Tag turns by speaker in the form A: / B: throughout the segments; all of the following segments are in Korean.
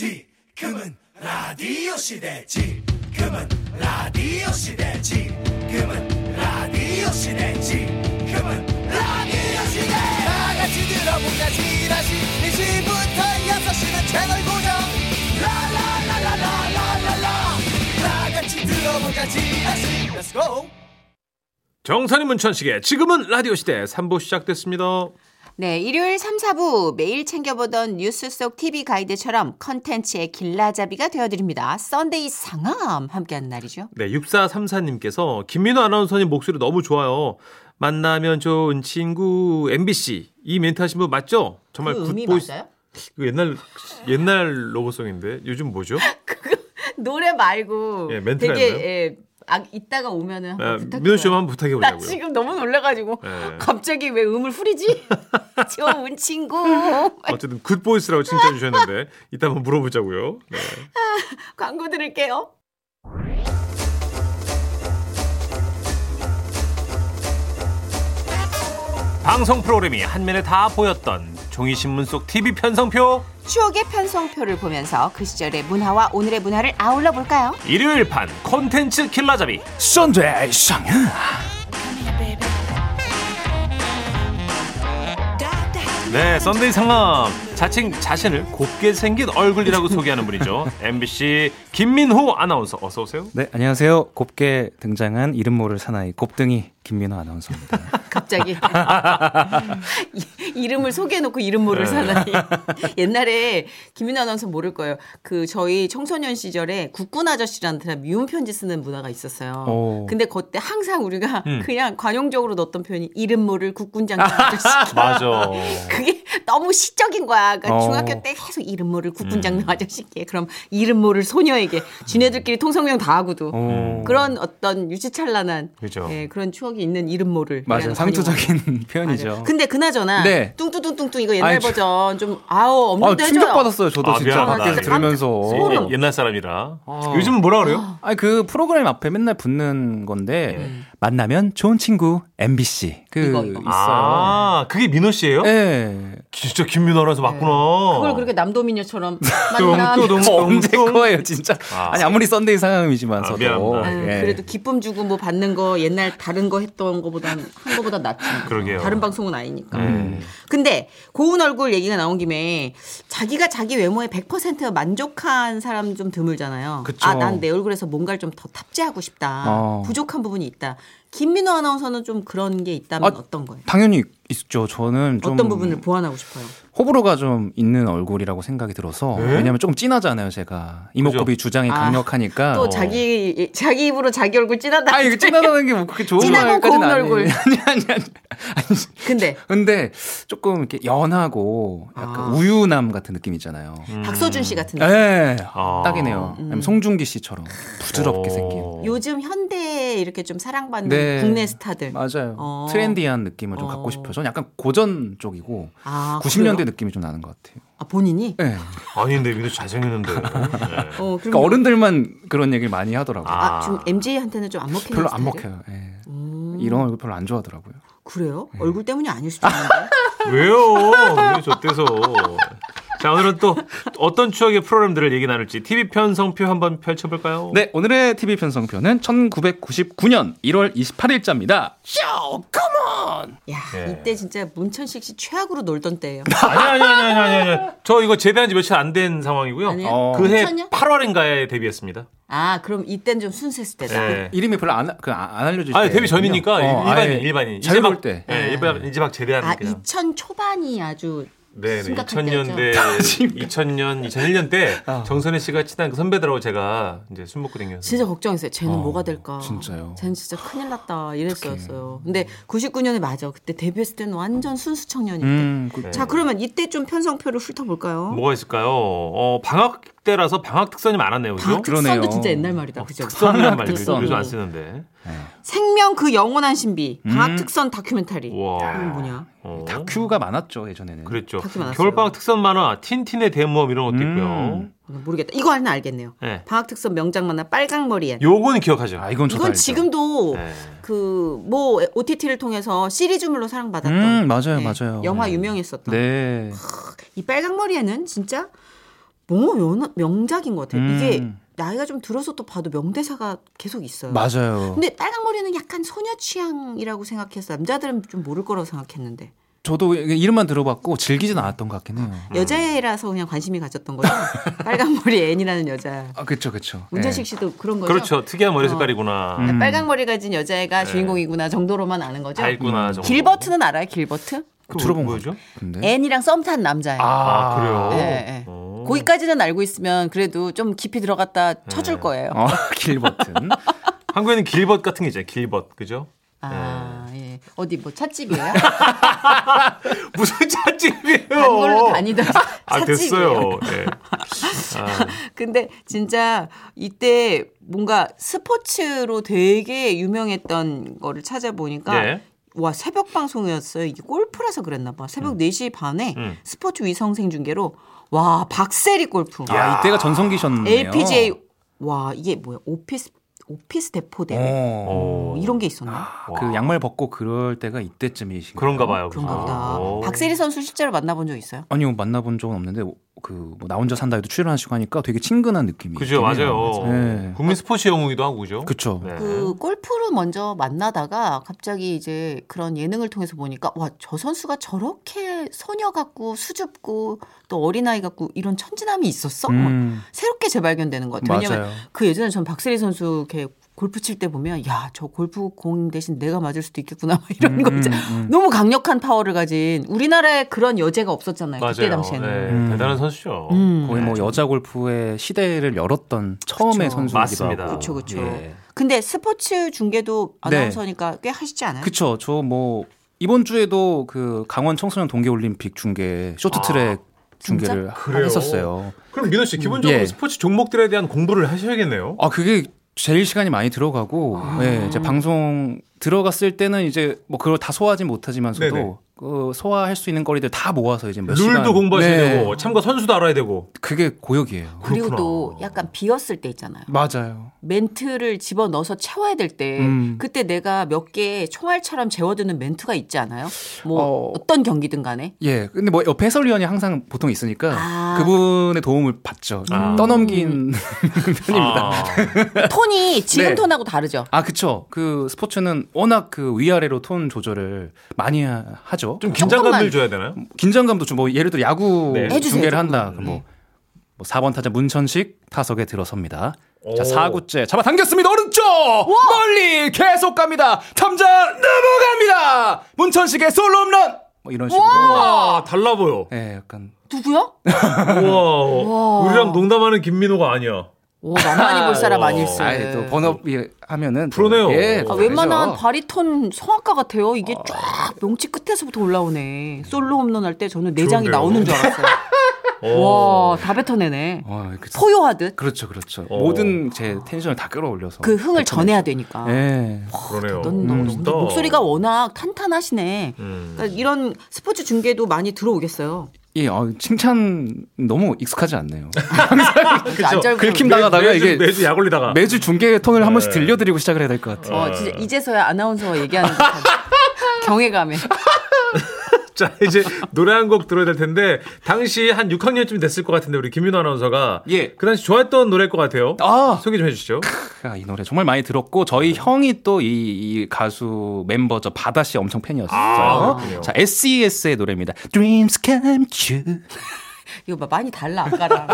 A: 지금은 라디오 시대 지금은 라디오 시대 지금은 라디오 시대 지금은 라디오 시대 다 같이 들어보자 지라시 2시부터 6시는 채널 고정 라라라라라라라라 다 같이 들어보자 지라시 Let's go
B: 정선이 문천식의 지금은 라디오 시대 3부 시작됐습니다.
C: 네, 일요일 3, 4부 매일 챙겨보던 뉴스 속 TV 가이드처럼 컨텐츠의 길라잡이가 되어드립니다. 썬데이 상암 함께하는 날이죠.
B: 네, 6434님께서 김민호 아나운서님 목소리 너무 좋아요. 만나면 좋은 친구 MBC 이 멘트 하신 분 맞죠? 정말
C: 그 음이
B: 굿보이스.
C: 맞아요?
B: 이거 옛날 옛날 로봇송인데 요즘 뭐죠?
C: 노래 말고
B: 예, 멘트가
C: 되게
B: 있나요?
C: 예, 아, 이따가 오면은 한번
B: 아,
C: 부탁해요.
B: 민호 씨 한번 부탁해
C: 나
B: 보자고요.
C: 지금 너무 놀라가지고
B: 예.
C: 갑자기 왜 음을 후리지? 좋은 친구.
B: 어쨌든 굿보이스라고 칭찬해 주셨는데 이따 한번 물어보자고요. 네.
C: 광고 들을게요.
B: 방송 프로그램이 한 면에 다 보였던 종이신문 속 TV 편성표
C: 추억의 편성표를 보면서 그 시절의 문화와 오늘의 문화를 아울러 볼까요?
B: 일요일판 콘텐츠 킬라잡이
A: 썬데이 상현
B: 네, 썬데이 상암 자칭 자신을 곱게 생긴 얼굴이라고 소개하는 분이죠. MBC 김민호 아나운서 어서 오세요.
D: 네, 안녕하세요. 곱게 등장한 이름 모를 사나이 곱등이 김민호 아나운서입니다.
C: 갑자기 이- 이름을 소개해놓고 이름 모를
D: 네.
C: 사나이 옛날에 김윤아 아나운서 모를 거예요 그 저희 청소년 시절에 국군 아저씨라는 드라 미운 편지 쓰는 문화가 있었어요
D: 오. 음.
C: 근데 그때 항상 우리가 그냥 관용적으로 넣었던 표현이 이름 모를 국군장 아저씨
B: 맞아.
C: 그게 너무 시적인 거야. 그러니까
D: 어. 음.
C: 중학교 때 계속 이름 모를 국군장로 아저씨께 그럼 이름 모를 소녀에게 지네들끼리 통성명 다 하고도
B: 네.
D: 오.
C: 그런 어떤 유치찬란한
B: 그죠.
C: 예, 그런 추억이 있는 이름 모를
D: 맞아요.
C: 그냥
D: 상투적인
C: 관용.
D: 표현이죠.
C: 네, 뭐. 맞아요. 근데 그나저나
D: 네.
C: 뚱뚱뚱뚱뚱 이거 옛날
D: 아이, 저-
C: 버전 좀 아우
D: 아,
C: 없는데 해줘요. 네.
D: 충격 받았어요. 저도
B: 아,
D: 진짜
B: 미안하다.
D: 밖에서 들으면서.
C: 소름.
B: 옛날 사람이라.
D: 아.
B: 요즘 뭐라 그래요?
D: 아니 그 프로그램 앞에 맨날 붙는 건데 만나면 좋은 친구 MBC 그
C: 네. 이거, 이거.
D: 있어요.
B: 아, 그게 민호 씨예요?
D: 예.
B: 진짜 김민호 아나운서
D: 네.
B: 맞구나.
C: 그걸 그렇게 남도미녀처럼 만나.
B: 뚱뚱뚱.
D: 저 언제 거예요, 진짜.
B: 어, 아.
D: 아. 니 아무리 썬데이
B: 아,
D: 상황이지만서도.
B: 미안합니다.
C: 예, 그래도 기쁨 주고 뭐 받는 거 옛날 다른 거 했던 거보다 한 거보다 낫지.
B: 그러게요. 네.
C: 다른 방송은 아니니까.
D: 음.
C: 근데 고운 얼굴 얘기가 나온 김에 자기가 자기 외모에 100% 만족한 사람 좀 드물잖아요.
D: 그쵸.
C: 아, 난 내 얼굴에서 뭔가를 좀 더 탑재하고 싶다.
D: 어.
C: 부족한 부분이 있다. 김민호 아나운서는 좀 그런 게 있다면
D: 아,
C: 어떤 거예요?
D: 당연히 있죠. 저는 좀
C: 어떤 부분을 보완하고 싶어요?
D: 호불호가 좀 있는 얼굴이라고 생각이 들어서
B: 네?
D: 왜냐면 조금 진하잖아요, 제가. 이목구비 주장이
C: 아,
D: 강력하니까.
C: 또 자기 자기 입으로 자기 얼굴 찐하다.
D: 어. 아, 이거 찐하다는 게 뭐 그렇게 좋은
C: 찐하고
D: 말까지는
C: 고운
D: 아니
C: 얼굴.
D: 아니, 아니, 아니. 아니.
C: 근데
D: 근데 조금 이렇게 연하고 약간
C: 아. 음.
D: 우유남 같은 느낌 있잖아요.
C: 박서준 씨 같은 데
D: 예,
B: 아.
D: 딱이네요. 아니면 송중기 씨처럼 부드럽게
B: 어.
D: 생긴.
C: 요즘 현대에 이렇게 좀 사랑받는
D: 네.
C: 국내 스타들.
D: 맞아요.
C: 어.
D: 트렌디한 느낌을 좀
C: 어.
D: 갖고 싶어요. 저는 약간 고전 쪽이고
C: 아,
D: 90년대
C: 그래요?
D: 느낌이 좀 나는 것 같아요.
C: 아, 본인이?
D: 예.
B: 아닌데 민호 씨 잘생겼는데. 네.
C: 어,
D: 그러니까
C: 그럼
D: 어른들만 그런 얘기를 많이 하더라고요.
C: 아, 지금 MJ한테는 좀 안 먹히는
D: 별로 안
C: 스타일이에요?
D: 먹혀요. 예.
C: 네, 음,
D: 이런 얼굴 별로 안 좋아하더라고요.
C: 그래요?
D: 네.
C: 얼굴 때문이 아닐 수도 있는데.
B: 왜요? 왜 저때서? 자 오늘은 또 어떤 추억의 프로그램들을 얘기 나눌지 TV 편성표 한번 펼쳐볼까요?
D: 네, 오늘의 TV 편성표는 1999년 1월 28일자입니다.
C: 야,
D: 네.
B: 예.
C: 이때 진짜 문천식 씨 최악으로 놀던 때예요.
B: 아니 아니 아니 아니 아니. 저 이거 제대한 지 며칠 안 된 상황이고요.
C: 아니에요?
D: 어.
B: 그해
C: 괜찮냐?
B: 8월인가에 데뷔했습니다.
C: 아, 그럼 이땐 좀 순수했을 때다.
B: 예.
D: 이름이 별로 안, 그, 안 알려주실
B: 아니
D: 때였군요.
B: 데뷔 전이니까
D: 어, 아예
B: 일반인 일반인.
D: 잘볼 때.
B: 예, 일반 이제 막 제대하는
C: 아,
B: 그냥.
C: 2000 초반이 아주
B: 네, 네.
C: 심각할
B: 2000년대,
C: 때였죠.
B: 2000년, 2001년 때
C: 아.
B: 정선혜 씨가 친한 그 선배들하고 제가 이제 술 먹고 댕겼어요.
C: 진짜 걱정했어요. 쟤는 뭐가 될까?
D: 아, 진짜요?
C: 쟤는 진짜 큰일 났다. 이랬었어요. 근데 99년에 맞아. 그때 데뷔했을 때는 완전 순수 청년인데.
D: 음, 그-
C: 자, 그러면 이때 좀 편성표를 훑어볼까요?
B: 네. 뭐가 있을까요? 어, 방학 때라서 방학 특선이 많았네요. 그죠? 어,
C: 방학 특선도
D: 그러네요.
C: 진짜 옛날 말이다. 그죠?
B: 특선이란 말이
D: 특선.
B: 요즘 안 쓰는데.
C: 생명 그 영원한 신비 방학
D: 음.
C: 특선 다큐멘터리.
B: 우와.
C: 이건 뭐냐?
B: 어,
D: 다큐가 많았죠 예전에는.
B: 그랬죠.
C: 다큐 많았어요.
B: 겨울방학 특선 만화, 틴틴의 대모험 이런 것도 있고요.
D: 음.
C: 이건 모르겠다. 이거 하나 알겠네요.
B: 네.
C: 방학 특선 명장 만화 빨강 머리엔.
B: 요거는 기억하죠.
D: 아 이건 저도
C: 이건
D: 알죠.
C: 지금도
B: 네.
C: 그 뭐 OTT를 통해서 시리즈물로 사랑받았던
D: 음 맞아요
C: 네,
D: 맞아요.
C: 영화
D: 네.
C: 유명했었던
D: 네.
C: 이 빨강 머리에는 진짜 너무 명, 명작인 것 같아요. 이게
D: 음.
C: 나이가 좀 들어서 또 봐도 명대사가 계속 있어요.
D: 맞아요.
C: 근데 빨강머리는 약간 소녀 취향이라고 생각해서 남자들은 좀 모를 거라고 생각했는데
D: 저도 이름만 들어봤고 즐기진 않았던 것 같긴 해요.
C: 여자애라서 그냥 관심이 가졌던 거죠. 빨강머리 앤이라는 여자.
D: 아, 그쵸, 그쵸.
C: 문재식 씨도 그런 거죠.
B: 그렇죠. 특이한 머리
C: 어.
B: 색깔이구나.
D: 음.
C: 빨강머리 가진 여자애가 주인공이구나 정도로만 아는 거죠.
B: 다 있구나. 정도.
C: 길버트는 알아요? 길버트?
B: 그거
D: 들어본
B: 뭐죠?
D: 예. 근데.
C: 앤이랑 썸 탄 남자예요.
B: 아, 그래요.
C: 예, 예.
B: 어.
C: 거기까지는 알고 있으면 그래도 좀 깊이 들어갔다 쳐줄 거예요.
D: 어, 길버튼.
B: 한국에는 길벗 같은 게 있잖아요. 길벗 그죠?
C: 아,
B: 네.
C: 예. 어디 뭐 찻집이에요?
B: 무슨 찻집이에요?
C: 단골로 다니다.
B: 아
C: 찻집이에요.
B: 됐어요. 예.
C: 근데 진짜 이때 뭔가 스포츠로 되게 유명했던 거를 찾아보니까
B: 예.
C: 와 새벽 방송이었어요. 이게 골프라서 그랬나 봐. 새벽 4시 반에
B: 음.
C: 스포츠 위성 생중계로 와 박세리 골프.
D: 아, 이때가 전성기셨네요. 어.
C: LPGA 와 이게 뭐야? 오피스 오피스 대포 대회.
D: 어.
C: 뭐 이런 게 있었나?
D: 그 양말 벗고 그럴 때가 이때쯤이신가요?
B: 그런가 봐요.
C: 그런가
B: 그죠?
C: 보다.
B: 아, 오.
C: 박세리 선수 실제로 만나본 적 있어요?
D: 아니요, 만나본 적은 없는데 그나 혼자 산다 해도 출연하시고 하니까 되게 친근한 느낌이.
B: 그죠
D: 있긴 해요.
B: 맞아요.
D: 네.
B: 국민 스포츠 영웅이기도 하고 그죠?
D: 그쵸.
B: 네.
C: 그 골프를 먼저 만나다가 갑자기 이제 그런 예능을 통해서 보니까 와 저 선수가 저렇게 소녀 같고 수줍고 또 어린아이 같고 이런 천진함이 있었어? 막
D: 음,
C: 새롭게 재발견되는 것 같아요. 왜냐면
D: 맞아요.
C: 그 예전에 전 박세리 선수 이렇게 골프 칠 때 보면 야 저 골프 공 대신 내가 맞을 수도 있겠구나 막 이런 거
D: 음,
C: 있잖아.
D: 음.
C: 너무 강력한 파워를 가진 우리나라에 그런 여제가 없었잖아요. 그때
B: 맞아요.
C: 당시에는.
B: 네,
D: 음.
B: 대단한 선수죠. 네.
C: 음.
D: 거의 뭐 여자 골프의 시대를 열었던 처음의
C: 그쵸.
D: 선수이기도
B: 맞습니다.
D: 하고.
C: 그쵸, 그쵸.
D: 예.
C: 근데 스포츠 중계도
D: 네.
C: 아나운서니까 꽤 하시지 않아요?
D: 그쵸. 저 뭐 이번 주에도 그 강원 청소년 동계올림픽 중계 쇼트트랙 중계를
B: 아, 그래요?
D: 했었어요.
B: 그럼 민호 씨 기본적으로
D: 예.
B: 스포츠 종목들에 대한 공부를 하셔야겠네요.
D: 아 그게 제일 시간이 많이 들어가고
B: 아.
D: 예, 이제 방송 들어갔을 때는 이제 뭐 그걸 다 소화하지 못하지만서도
B: 네네.
D: 그 소화할 수 있는 거리들 다 모아서 이제 몇
B: 룰도
D: 시간
B: 공부하셔야
D: 네.
B: 되고 참가 선수도 알아야 되고.
D: 그게 고역이에요.
C: 그리고
B: 그렇구나.
C: 또 약간 비었을 때 있잖아요.
D: 맞아요.
C: 멘트를 집어 넣어서 채워야 될 때
D: 음.
C: 그때 내가 몇 개의 총알처럼 재워두는 멘트가 있지 않아요? 뭐 어...
D: 어.
C: 떤 경기든 간에
D: 예. 근데 뭐 옆에 해설위원이 항상 보통 있으니까
C: 아. 음.
D: 그분의 도움을 받죠. 음.
B: 아.
D: 떠넘긴 편입니다.
B: 아,
C: 그 톤이 지금
D: 네.
C: 톤하고 다르죠.
D: 아, 그쵸. 그 스포츠는 워낙 그 위아래로 톤 조절을 많이 하- 하죠.
B: 좀 긴장감을
C: 조금만.
B: 줘야 되나요?
D: 긴장감도 좀 뭐 예를 들어 야구
B: 네.
C: 해주세요,
D: 중계를
C: 조금.
D: 한다. 그럼 뭐, 뭐 4번 타자 문천식 타석에 들어섭니다.
B: 오.
D: 자, 4구째 잡아당겼습니다. 오른쪽! 멀리 계속 갑니다. 탐자 넘어갑니다. 문천식의 솔로 홈런. 뭐 이런 식으로.
C: 어.
B: 와 달라 보여.
D: 예, 약간
C: 누구요?
B: 우와 우리랑 농담하는 김민호가 아니야.
C: 오, 만만히 볼 사람 아닐세.
D: 아이, 또 번업이 하면은 또-
B: 어. 프로네요.
D: 예,
B: 아,
C: 아,
D: 또
C: 네. 웬만한
D: 알죠.
C: 바리톤 성악가 같아요. 이게 쫙 명치 끝에서부터 올라오네. 솔로 홈런 할 때 저는 네 내장이
B: 좋은데요?
C: 나오는 줄 알았어요.
B: 어.
C: 와, 다 뱉어내네.
D: 어, 그-
C: 포효하듯
D: 그렇죠, 그렇죠.
B: 어.
D: 모든 제 텐션을 다 끌어올려서.
C: 그 흥을 전해야 되니까.
D: 예.
B: 그러네요.
C: 넌 너무
B: 음,
C: 근데
D: 음.
B: 멋있다.
C: 목소리가 워낙 탄탄하시네.
B: 음.
C: 그러니까 이런 스포츠 중계도 많이 들어오겠어요.
D: 예, 어, 칭찬 너무 익숙하지 않네요.
C: 그렇죠. 안절부절.
D: 긁힘 당하다가
B: 매주,
D: 이게
B: 매주 약 올리다가
D: 매주 중계 톤을 한 번씩
B: 네.
D: 들려드리고 시작을 해야 될 것 같아요.
C: 어, 진짜 이제서야 아나운서와 얘기하는 듯한 경외감에.
B: 자 이제 노래 한 곡 들어야 될 텐데 당시 한 6학년쯤 됐을 것 같은데 우리 김민호 아나운서가
D: 예.
B: 그 당시 좋아했던 노래일 것 같아요.
D: 아,
B: 소개 좀 해주시죠.
D: 아, 이 노래 정말 많이 들었고 저희
B: 네.
D: 형이 또 이 가수 멤버 저 바다 씨 엄청 팬이었어요.
B: 아, 그렇군요.
D: 자, SES의 노래입니다. Dreams come true.
C: 이거 봐, 많이 달라, 아까랑.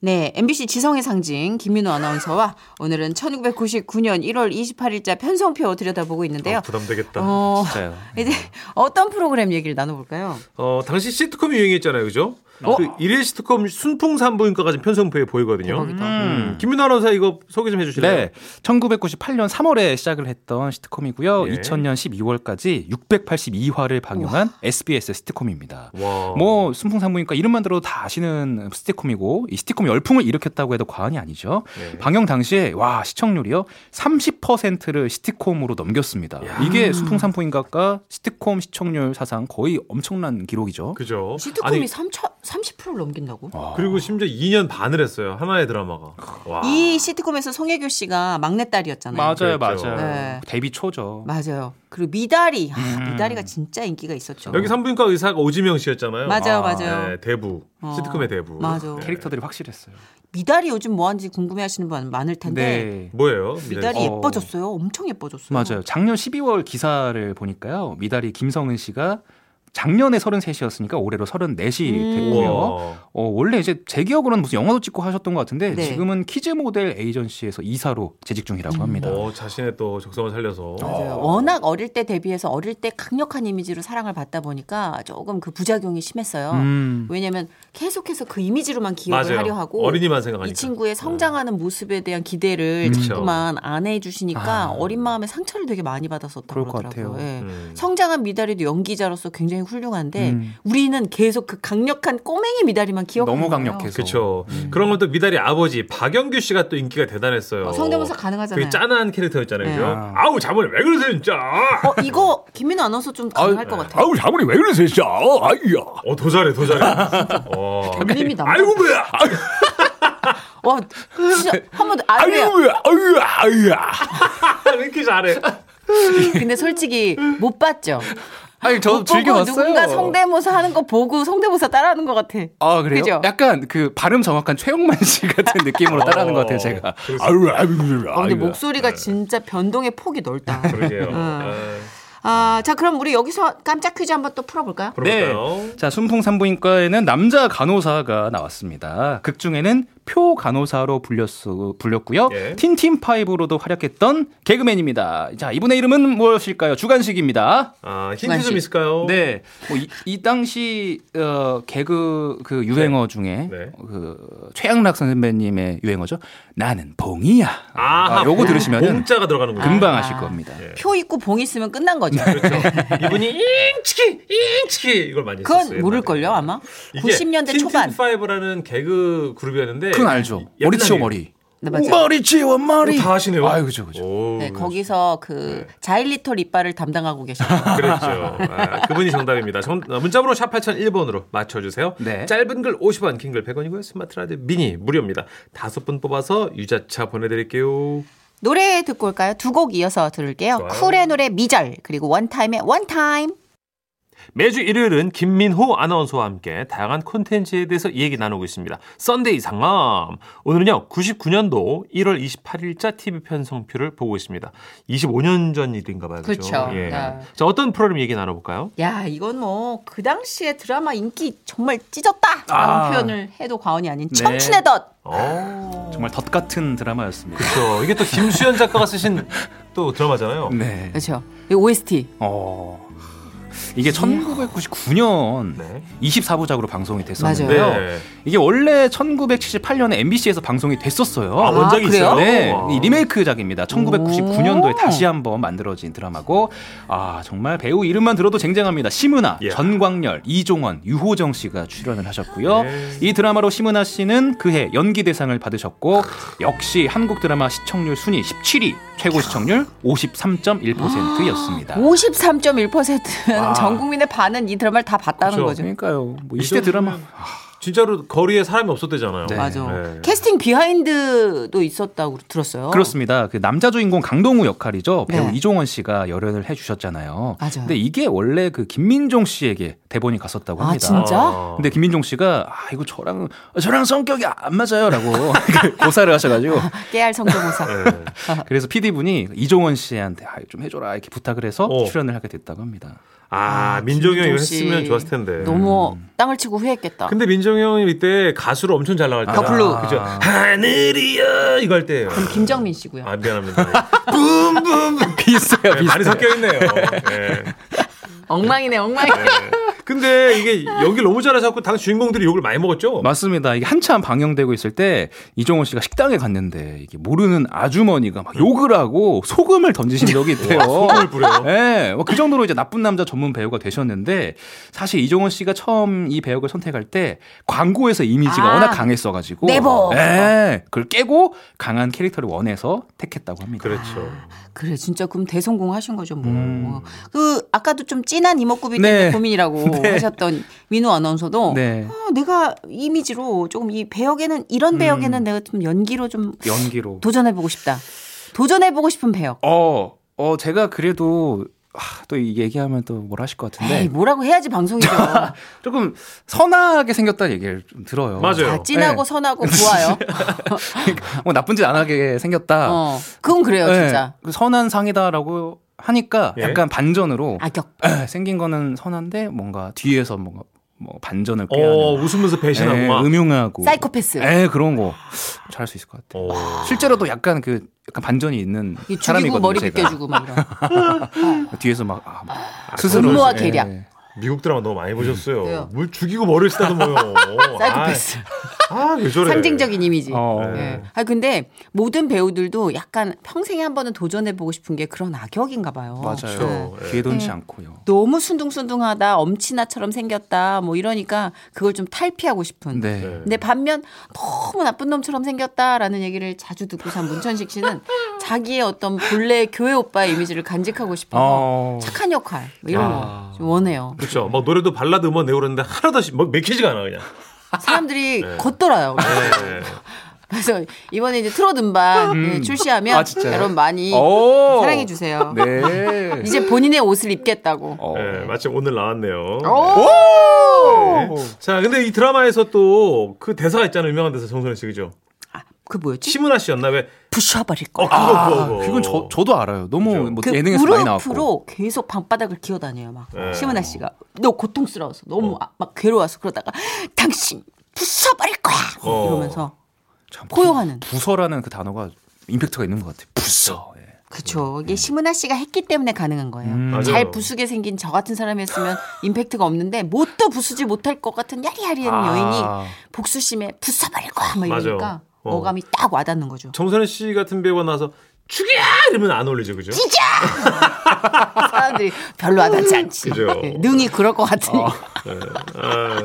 C: 네, MBC 지성의 상징 김민호 아나운서와 오늘은 1999년 1월 28일자 편성표 들여다보고 있는데요.
B: 아, 부담되겠다. 어.
C: 어,
D: 진짜요.
C: 이제 어떤 프로그램 얘기를 나눠볼까요?
B: 어, 당시 시트콤이 유행했잖아요, 그죠?
D: 어?
B: 그 일일 시트콤 순풍산부인과가 지금 편성표에 보이거든요. 음, 김민호 아나운서 이거 소개 좀 해주실래요?
D: 네. 1998년 3월에 시작을 했던 시트콤이고요.
B: 예.
D: 2000년 12월까지 682화를 방영한 SBS 시트콤입니다.
B: 와.
D: 뭐 순풍산부인과 이름만 들어도 다 아시는 시트콤이고 이 시트콤 열풍을 일으켰다고 해도 과언이 아니죠.
B: 네.
D: 방영 당시에 와 시청률이요 30%를 시트콤으로 넘겼습니다. 이게 순풍산부인과가 시트콤 시청률 사상 거의 엄청난 기록이죠. 아.
B: 그죠?
C: 시트콤이
B: 어, 아니,
C: 3천, 30%를 넘긴다고?
B: 그리고 심지어 2년 반을 했어요. 하나의 드라마가. 와.
C: 이 시트콤에서 송혜교 씨가 막내딸이었잖아요.
B: 그랬죠.
D: 맞아요, 맞아요.
C: 네.
D: 데뷔 초죠.
C: 맞아요. 그리고 미달이, 아, 미달이가 진짜 인기가 있었죠.
B: 여기 산부인과 의사가 오지명 씨였잖아요.
C: 맞아요,
D: 아,
C: 맞아요.
B: 네, 대부.
C: 어.
B: 시트콤의 대부.
C: 맞아.
B: 네.
D: 캐릭터들이 확실했어요.
C: 미달이 요즘 뭐 하는지 궁금해하시는 분 많을 텐데
D: 네.
B: 뭐예요?
C: 미달이
B: 씨?
D: 어.
C: 예뻐졌어요. 엄청 예뻐졌어요.
D: 맞아요. 작년 12월 기사를 보니까요. 미달이 김성은 씨가 작년에 33이었으니까 올해로 34시
C: 음.
D: 됐고요.
B: 우와.
D: 어, 원래 이제 제 기억으로는 무슨 영화도 찍고 하셨던 것 같은데
C: 네.
D: 지금은 키즈 모델 에이전시에서 이사로 재직
C: 음.
D: 중이라고 합니다.
B: 어, 자신의 또 적성을 살려서.
C: 맞아요. 워낙 어릴 때 데뷔해서 어릴 때 강력한 이미지로 사랑을 받다 보니까 조금 그 부작용이 심했어요.
D: 음.
C: 왜냐면 계속해서 그 이미지로만 기억을
B: 맞아요.
C: 하려 하고
B: 어린이만 생각하니까. 네.
C: 이 친구의 성장하는 모습에 대한 기대를
B: 그쵸.
C: 자꾸만 안 해주시니까
D: 아.
C: 어린 마음에 상처를 되게 많이 받았었다고
D: 그럴 것
C: 그러더라고요.
D: 같아요.
C: 예.
B: 음.
C: 성장한 미달이도 연기자로서 굉장히 훌륭한데
D: 음.
C: 우리는 계속 그 강력한 꼬맹이 미달이만 기억하고
D: 너무 강력해서.
B: 그렇죠.
D: 음.
B: 그런 것도 미달이 아버지 박영규 씨가 또 인기가 대단했어요.
C: 어, 성대모사 가능하잖아요.
B: 되게 짠한 캐릭터였잖아요.
C: 네.
B: 그죠?
D: 아.
B: 아우 자본이 왜 그러세요 진짜.
C: 어 이거 김민호 아나운서 좀 가능할 것 같아요.
D: 아우 자본이 왜 그러세요 진짜. 아이야.
B: 어 더 잘해 더 잘해. 어.
C: 감님이 남.
B: 아이고 뭐야.
C: 와 어, 진짜 한번
A: 哎
C: 아니야.
D: 아이야. 아이야.
B: 아, 왜 이렇게 잘해.
C: 근데 솔직히 못 봤죠.
D: 아니
C: 못
D: 저
C: 보고
D: 즐겨 봤어요.
C: 누군가 성대모사 하는 거 보고 성대모사 따라하는 것 같아.
D: 아 그래요?
C: 그죠?
D: 약간 그 발음 정확한 최용만 씨 같은 느낌으로 따라하는 것 같아요 제가.
B: 어, 그래서-
A: 哎
D: 아유 아유
C: 아, 근데
D: 아유.
C: 목소리가 진짜 변동의 폭이 넓다.
B: 그러게요. 아,
D: 네.
C: 아, 자 그럼 우리 여기서 깜짝 퀴즈 한번 또 풀어볼까요?
B: 그럴까요?
D: 네. 자 순풍 산부인과에는 남자 간호사가 나왔습니다. 극 중에는 표 간호사로 불렸수, 불렸고요.
B: 예.
D: 틴틴 파이브로도 활약했던 개그맨입니다. 자 이분의 이름은 무엇일까요? 주간식입니다.
B: 아 힌트
C: 중간식.
B: 좀 있을까요?
D: 네, 뭐 이, 이 당시 어, 개그 그 유행어 중에
B: 네.
D: 그 최양락 선배님의 유행어죠. 나는 봉이야.
B: 아하,
D: 아, 요거 들으시면 은
B: 공짜가 들어가는 거예요.
D: 금방 아실 겁니다.
C: 표 있고 봉 있으면 끝난 거죠.
B: 이분이 잉치키 잉치키 이걸 많이
C: 그건
B: 했었어요. 네.
C: 모를 걸요 아마. 90년대 초반.
B: 틴틴파이브라는 개그 그룹이었는데
D: 그건 알죠.
B: 예. 옛날에-
D: 머리 치워 머리.
C: 네, 맞아요.
D: 머리 치워 머리.
B: 어, 다 하시네요.
D: 아유 그죠 그죠.
B: 오,
C: 네, 거기서 그
B: 네.
C: 자일리톨 이빨을 담당하고 계시요
B: 그랬죠. 아, 그분이 정답입니다. 정, 어, 문자번호 샵 8001번으로 맞춰주세요.
D: 네.
B: 짧은 글 50원, 긴 글 100원이고요. 스마트 라디오 미니 무료입니다. 다섯 분 뽑아서 유자차 보내드릴게요.
C: 노래 듣고 올까요? 두 곡 이어서 들을게요.
B: 좋아요.
C: 쿨의 노래 미절 그리고 원타임의 원타임.
B: 매주 일요일은 김민호 아나운서와 함께 다양한 콘텐츠에 대해서 얘기 나누고 있습니다. 썬데이 상암. 오늘은요, 99년도 1월 28일자 TV 편 성표를 보고 있습니다. 25년 전 일인가 봐요. 그죠?
C: 그쵸.
B: 예.
C: 네.
B: 자, 어떤 프로그램 얘기 나눠볼까요?
C: 야 이건 뭐 그 당시에 드라마 인기 정말 찢었다 라는
D: 아.
C: 표현을 해도 과언이 아닌
D: 네.
C: 청춘의 덫.
B: 어.
D: 정말 덧 같은 드라마였습니다.
B: 그렇죠. 이게 또 김수현 작가가 쓰신 또 드라마잖아요.
D: 네.
C: 그렇죠. 이 OST.
D: 어 이게 1999년
B: 네.
D: 24부작으로 방송이 됐었는데요.
B: 네.
D: 이게 원래 1978년에 MBC에서 방송이 됐었어요.
B: 아, 원작이
C: 그래요?
B: 있어요?
D: 네,
B: 와.
D: 이 리메이크작입니다. 1999년도에 다시 한번 만들어진 드라마고, 아 정말 배우 이름만 들어도 쟁쟁합니다. 심은하,
B: 예.
D: 전광열, 이종원, 유호정 씨가 출연을 하셨고요.
B: 네.
D: 이 드라마로 심은하 씨는 그해 연기 대상을 받으셨고, 역시 한국 드라마 시청률 순위 17위, 최고 시청률 53.1%였습니다.
C: 53.1%는 전 국민의 반은 이 드라마를 다 봤다는
B: 아. 그쵸.
C: 거죠.
D: 그러니까요. 뭐이 시대 드라마
B: 진짜로 거리에 사람이 없었대잖아요.
D: 네.
C: 맞아.
B: 네.
C: 캐스팅 비하인드도 있었다고 들었어요.
D: 그렇습니다. 그 남자 주인공 강동우 역할이죠. 배우
C: 네.
D: 이종원 씨가 열연을 해주셨잖아요.
C: 맞아요.
D: 근데 이게 원래 그 김민종 씨에게 대본이 갔었다고
C: 아,
D: 합니다.
C: 진짜?
B: 아.
D: 근데 김민종 씨가 아 이거 저랑 저랑 성격이 안 맞아요라고 그 고사를 하셔가지고
C: 깨알 성대모사.
B: 네.
D: 그래서 PD 분이 이종원 씨한테 아, 좀 해줘라 이렇게 부탁을 해서
B: 어.
D: 출연을 하게 됐다고 합니다.
B: 아, 민종이 형이
C: 김민종 씨.
B: 했으면 좋았을 텐데. 음.
C: 너무 땅을 치고 후회했겠다.
B: 근데 민종이 형이 이때 가수로 엄청 잘 나갈 때.
C: 더블루.
B: 그죠. 하늘이여 이거 할 때예요.
C: 그럼 김정민 씨고요.
B: 아 미안합니다. 붐붐.
D: 비슷해요,
B: 네, 많이
D: 비슷해요.
B: 섞여 있네요. 네.
C: 엉망이네, 엉망이.
B: 근데 이게 연기 너무 잘해서 당 주인공들이 욕을 많이 먹었죠.
D: 어, 맞습니다. 이게 한참 방영되고 있을 때 이종원 씨가 식당에 갔는데 이게 모르는 아주머니가 막 욕을 하고 소금을 던지신 적이 있대요.
B: 네. 소금을 뿌려요?
D: 네, 뭐그 정도로 이제 나쁜 남자 전문 배우가 되셨는데 사실 이종원 씨가 처음 이 배역을 선택할 때 광고에서 이미지가
C: 아,
D: 워낙 강했어가지고
C: 네버.
D: 네, 그걸 깨고 강한 캐릭터를 원해서 택했다고 합니다.
B: 그렇죠.
C: 아, 그래, 진짜 그럼 대성공 하신 거죠, 뭐.
D: 음.
C: 그, 아까도 좀 진한 이목구비
D: 네.
C: 때문에 고민이라고.
D: 네.
C: 하셨던 민호 아나운서도
D: 네.
C: 아, 내가 이미지로 조금 이 배역에는
D: 음.
C: 이런 배역에는 내가 좀 연기로 좀
D: 연기로.
C: 도전해보고 싶다. 도전해보고 싶은 배역.
D: 어, 어 제가 그래도 아, 또 이 얘기하면 또 뭘 하실 것 같은데
C: 에이, 뭐라고 해야지 방송이죠.
D: 조금 선하게 생겼다는 얘기를 좀 들어요.
B: 맞아요.
C: 다 진하고
D: 네.
C: 선하고 좋아요.
D: 뭐 나쁜 짓 안 하게 생겼다.
C: 어, 그건 그래요,
D: 네,
C: 진짜.
D: 그 선한 상이다라고 하니까
B: 예.
D: 약간 반전으로
C: 악역.
D: 에, 생긴 거는 선한데 뭔가 뒤에서 뭔가 뭐 반전을
B: 어,
D: 꾀하는
B: 웃으면서 배신하고
D: 예,
B: 막.
D: 음흉하고
C: 사이코패스.
D: 에 그런 거 잘할 수 있을 것 같아. 요
B: 어.
D: 실제로도 약간 그 약간 반전이 있는
C: 이 죽이고
D: 사람이거든요.
C: 머리
D: 제가.
C: 벗겨주고 막 이런.
D: 뒤에서 막, 아, 막 스스로
C: 음모와
D: 예,
C: 계략.
D: 예.
B: 미국 드라마 너무 많이 보셨어요.
C: 음. 왜요?
B: 물 죽이고 머리를 쓰다듬어요.
C: 사이코패스.
B: 아, 왜 저래.
C: 상징적인 이미지.
D: 어.
B: 네.
C: 예. 아 근데 모든 배우들도 약간 평생에 한 번은 도전해 보고 싶은 게 그런 악역인가 봐요. 예.
D: 맞아요. 그렇죠.
B: 예.
C: 네.
D: 귀에 돈치 않고요.
C: 너무 순둥순둥하다, 엄친아처럼 생겼다, 뭐 이러니까 그걸 좀 탈피하고 싶은.
B: 네.
D: 네.
C: 근데 반면 너무 나쁜 놈처럼 생겼다라는 얘기를 자주 듣고 산 문천식 씨는 자기의 어떤 본래 교회 오빠의 이미지를 간직하고 싶어서
D: 어.
C: 착한 역할 뭐 이런
B: 아.
C: 거좀 원해요.
B: 그렇죠. 막 노래도 발라드 음원 내고 그러는데 하나도 시- 뭐 맥히지가 않아 그냥.
C: 사람들이 걷더라요.
B: 네.
C: 그래서 이번에 이제 트롯 음반 예, 출시하면
D: 아, 진짜요?
C: 여러분 많이
B: 어.
D: 오.
C: 사랑해 주세요.
D: 네.
C: 이제 본인의 옷을 입겠다고.
D: 어.
B: 네, 마침 오늘 나왔네요.
C: 어.
B: 네.
D: 오!
B: 자, 근데 이 드라마에서 또 그 대사가 있잖아요. 유명한 대사 정선혜 씨 그죠?
C: 아, 그 뭐였지?
B: 심은하 씨였나 왜?
C: 부셔버릴
B: 어,
C: 거야.
B: 그거 그거.
D: 아, 그건 저, 저도 알아요. 너무
B: 그죠?
D: 뭐
C: 그
D: 예능에서 많이 나왔고.
C: 무릎으로 계속 방바닥을 기어다녀요. 막
B: 네. 어.
C: 시은아 씨가 너무 고통스러워서 너무 아- 막 괴로워서 그러다가 당신 부숴버릴 거야
B: 어.
C: 이러면서
D: 참,
C: 포용하는.
D: 부서라는 그 단어가 임팩트가 있는 것 같아요. 부서. 예.
C: 그쵸 이게 시은아 씨가 했기 때문에 가능한 거예요.
D: 음.
C: 잘
B: 맞아요.
C: 부수게 생긴 저 같은 사람이었으면 임팩트가 없는데 뭣도 부수지 못할 것 같은 야리야리한
D: 아.
C: 여인이 복수심에 부숴버릴 거야 막
B: 맞아요.
C: 이러니까
B: 어.
C: 어감이 딱 와닿는 거죠.
B: 정선혜 씨 같은 배우가 나와서 죽여! 이러면 안 어울리죠, 그죠?
C: 사람들이 별로 와닿지 않지.
B: 그죠.
C: 예, 능이 그럴 것 같으니까.
B: 아,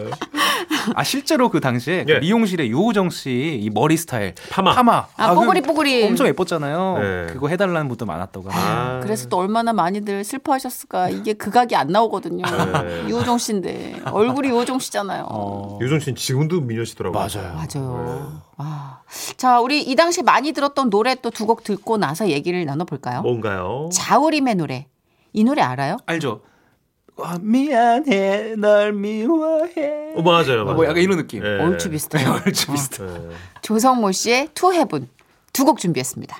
D: 아 실제로 그 당시에 그
B: 예.
D: 미용실에 유호정 씨 이 머리 스타일
B: 파마.
C: 아,
D: 그
C: 뽀글이뽀글이.
D: 엄청 예뻤잖아요.
B: 네.
D: 그거 해달라는 분도 많았다고. 하네요.
B: 아.
C: 그래서 또 얼마나 많이들 슬퍼하셨을까. 이게 극악이 안 나오거든요.
B: 네.
C: 유호정 씨인데 얼굴이 유호정 씨잖아요.
D: 어.
B: 유종 씨는 지금도 미녀 씨더라고요.
D: 맞아요.
C: 맞아요.
B: 네.
C: 아, 자 우리 이 당시 에 많이 들었던 노래 또 두 곡 듣고 나서 얘기를 나눠볼까요?
B: 뭐? 뭔가요?
C: 자우림의 노래. 이 노래 알아요?
D: 알죠? 와, 미안해, 널 미워해.
B: 어, 맞아요, 맞아요.
D: 뭐 약간 이런 느낌.
B: 예.
C: 얼추 비슷해요.
D: 얼추 비슷해.
B: 예.
C: 조성모 씨의 투 헤븐 두 곡 준비했습니다.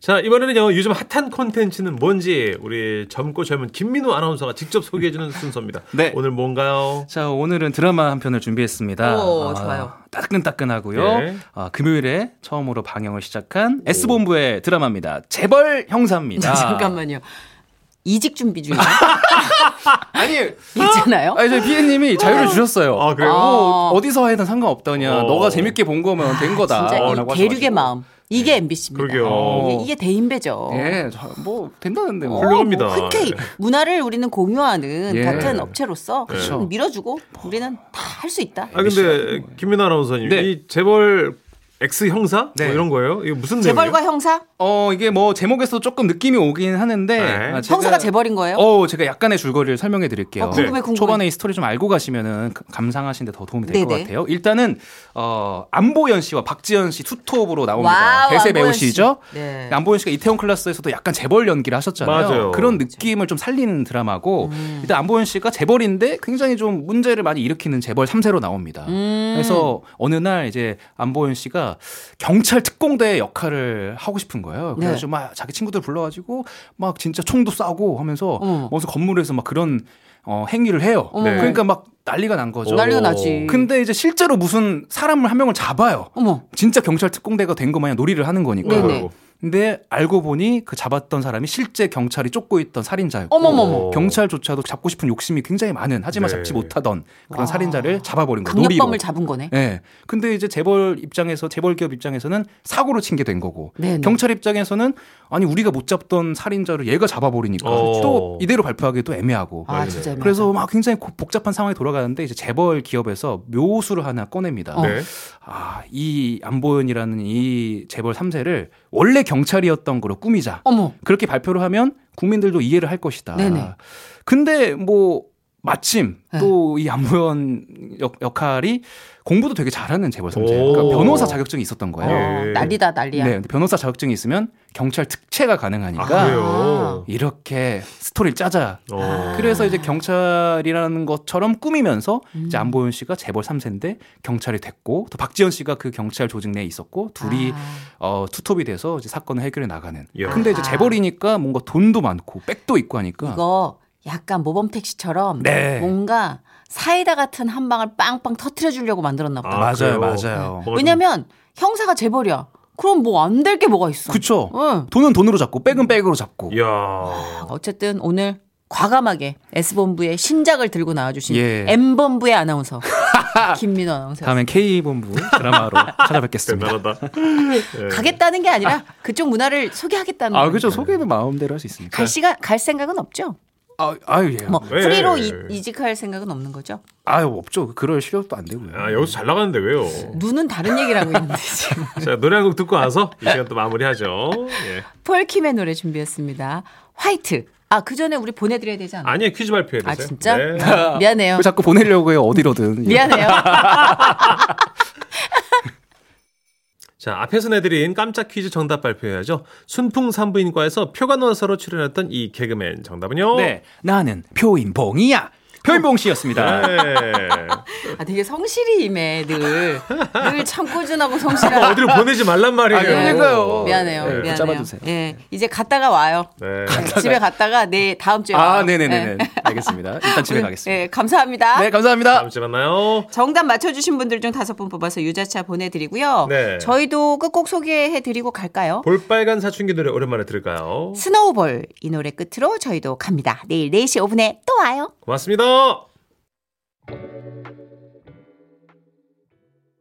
B: 자 이번에는요 요즘 핫한 콘텐츠는 뭔지 우리 젊고 젊은 김민우 아나운서가 직접 소개해주는 순서입니다.
D: 네.
B: 오늘 뭔가요?
D: 자, 오늘은 드라마 한 편을 준비했습니다.
C: 오, 좋아요.
D: 따끈따끈하고요.
B: 예.
D: 아, 금요일에 처음으로 방영을 시작한 S본부의 드라마입니다. 재벌
B: 아.
D: 형사입니다.
C: 잠깐만요. 이직 준비 중이에요.
D: 아니,
C: 있잖아요.
D: 아니 저희 피디님이 자유를 주셨어요.
B: 아, 그래요?
D: 어, 어디서 해든 상관없다냐.
B: 어.
D: 너가 재밌게 본 거면 된 거다.
C: 진짜 이
D: 아,
C: 대륙의
D: 라고 하셔가지고. 네.
C: 마음. 이게 MBC입니다. 예,
B: 그러게요.
C: 이게, 이게 대인배죠.
D: 예, 저- 뭐 된다는데 뭐.
B: 훌륭- 훌륭합니다.
C: 뭐 흔쾌히
B: 예.
C: 문화를 우리는 공유하는
D: 예.
C: 같은 업체로서
D: 그렇죠.
C: 좀 밀어주고 우리는 다 할 수 있다.
B: 아 근데 김민우 아나운서님
D: 네.
B: 이 재벌 X 형사
D: 네.
B: 뭐 이런 거예요? 이거 무슨
C: 재벌과
B: 내용이에요?
C: 형사?
D: 어 이게 뭐 제목에서 조금 느낌이 오긴 하는데 아,
B: 네.
D: 제가-
C: 형사가 재벌인 거예요?
D: 어 제가 약간의 줄거리를 설명해 드릴게요.
C: 어, 궁금해, 궁금해.
D: 초반에 이 스토리 좀 알고 가시면은 가- 감상하시는데 더 도움이 될 것
C: 네네.
D: 같아요. 일단은 어 안보연 씨와 박지연 씨 투톱으로 나옵니다.
C: 와우,
D: 대세
C: 안보연
D: 배우시죠.
C: 씨. 네.
D: 안보연 씨가 이태원 클라스에서도 약간 재벌 연기를 하셨잖아요.
B: 맞아요.
D: 그런 느낌을 좀 살리는 드라마고
C: 음.
D: 일단 안보연 씨가 재벌인데 굉장히 좀 문제를 많이 일으키는 재벌 3세로 나옵니다.
C: 음.
D: 그래서 어느 날 이제 안보연 씨가 경찰 특공대 역할을 하고 싶은 거예요. 그래서
C: 네.
D: 막 자기 친구들 불러가지고 막 진짜 총도 쏴고 하면서
C: 어머.
D: 무슨 건물에서 막 그런 어, 행위를 해요.
C: 어머.
D: 그러니까 막 난리가 난 거죠.
C: 난리가
B: 오.
C: 나지.
D: 근데 이제 실제로 무슨 사람을 한 명을 잡아요.
C: 어머.
D: 진짜 경찰 특공대가 된 것 마냥 놀이를 하는 거니까.
C: 네네.
B: 아이고.
D: 근데 알고 보니 그 잡았던 사람이 실제 경찰이 쫓고 있던 살인자였고
C: 어머머머.
D: 경찰조차도 잡고 싶은 욕심이 굉장히 많은 하지만
B: 네.
D: 잡지 못하던 그런 살인자를 잡아버린 거예요.
C: 강력범을
D: 놀이로.
C: 잡은 거네.
D: 예. 근데 이제 재벌 입장에서 재벌 기업 입장에서는 사고로 친 게 된 거고
C: 네네.
D: 경찰 입장에서는 아니 우리가 못 잡던 살인자를 얘가 잡아버리니까
B: 어.
D: 또 이대로 발표하기도 애매하고
C: 아 진짜. 애매하다.
D: 네. 그래서 막 굉장히 고- 복잡한 상황이 돌아가는데 이제 재벌 기업에서 묘수를 하나 꺼냅니다.
C: 어.
B: 네.
D: 아, 이 안보현이라는 이 재벌 3세를 원래 경찰이었던 거로 꾸미자.
C: 어머.
D: 그렇게 발표를 하면 국민들도 이해를 할 것이다.
C: 네네.
D: 근데 뭐 마침
C: 네.
D: 또 이 안보현 역, 역할이 공부도 되게 잘하는 재벌 삼세. 그러니까
B: 오.
D: 변호사 자격증이 있었던
C: 어,
D: 거예요.
B: 예.
C: 난리다 난리야.
D: 네, 근데 변호사 자격증이 있으면 경찰 특채가
B: 아,
D: 가능하니까
B: 그래요.
D: 이렇게 스토리를 짜자.
B: 어.
D: 그래서 이제 경찰이라는 것처럼 꾸미면서
C: 아. 음.
D: 이제 안보현 씨가 재벌 3세인데 경찰이 됐고 또 박지현 씨가 그 경찰 조직 내에 있었고 둘이
C: 아,
D: 어, 투톱이 돼서 이제 사건을 해결해 나가는.
B: 예.
D: 근데 이제
C: 아.
D: 재벌이니까 뭔가 돈도 많고 백도 있고 하니까
C: 이거 약간 모범택 씨처럼
D: 네.
C: 뭔가 사이다 같은 한 방을 빵빵 터트려 주려고 만들었나 보다.
B: 아, 그래요?
D: 맞아요, 맞아요.
B: 뭐가 좀-
C: 왜냐면 형사가 재벌이야. 그럼 뭐 안 될 게 뭐가 있어?
D: 네. 그쵸.
C: 응.
D: 돈은 돈으로 잡고 백은 백으로 잡고.
C: 아,
B: 이야.
C: 어쨌든 오늘 과감하게 S본부의 신작을 들고 나와주신
D: 예.
C: M본부의 아나운서 김민호 아나운서
D: 다음엔 K 본부 드라마로 찾아뵙겠습니다.
B: 네, 대단하다. 예.
C: 가겠다는 게 아니라 그쪽 문화를 소개하겠다는
D: 아
C: 거예요.
D: 그죠 소개는 마음대로 할 수 있으니까.
C: 음. 갈 시간 갈 생각은 없죠.
D: 아, 아유 예.
C: 뭐
B: 왜?
C: 프리로 이, 이직할 생각은 없는 거죠.
D: 아유 없죠. 그럴 실력도 안 되고요.
B: 아, 여기서 잘 나가는데 왜요?
C: 눈은 다른 얘기를 하고 있는데 지금
B: 자, 노래 한 곡 듣고 와서 이 시간 또 마무리하죠. 예.
C: 폴킴의 노래 준비했습니다. 화이트. 아 그 전에 우리 보내드려야 되지 않나?
B: 아니에요. 퀴즈 발표해야 되세요.
C: 아 진짜?
B: 네.
C: 아, 미안해요. 네,
D: 왜 자꾸 보내려고 해요 어디로든.
C: 미안해요.
B: 자, 앞에서 내드린 깜짝 퀴즈 정답 발표해야죠. 순풍 산부인과에서 표간호사로 출연했던 이 개그맨 정답은요?
D: 네 나는 표인봉이야. 표인봉 씨였습니다.
B: 네.
C: 아 되게 성실히 임해 늘늘참 꾸준하고 성실한.
B: 어디로 보내지 말란 말이에요.
D: 아, 그러니까요.
C: 미안해요.
D: 네,
C: 미안해요.
D: 붙잡아주세요.
C: 예, 이제 갔다가 와요.
B: 네.
C: 집에 갔다가 내 다음 주에 와요.
D: 아 네네네.
C: 예.
D: 네. 알겠습니다. 일단 집에 가겠습니다.
C: 예, 감사합니다.
D: 네 감사합니다.
B: 다음 주에 만나요.
C: 정답 맞춰주신 분들 중 다섯 분 뽑아서 유자차 보내드리고요.
B: 네.
C: 저희도 끝곡 소개해드리고 갈까요?
B: 볼빨간 사춘기 노래 오랜만에 들을까요?
C: 스노우볼 이 노래 끝으로 저희도 갑니다. 내일 4시 5분에 또 와요.
B: 고맙습니다.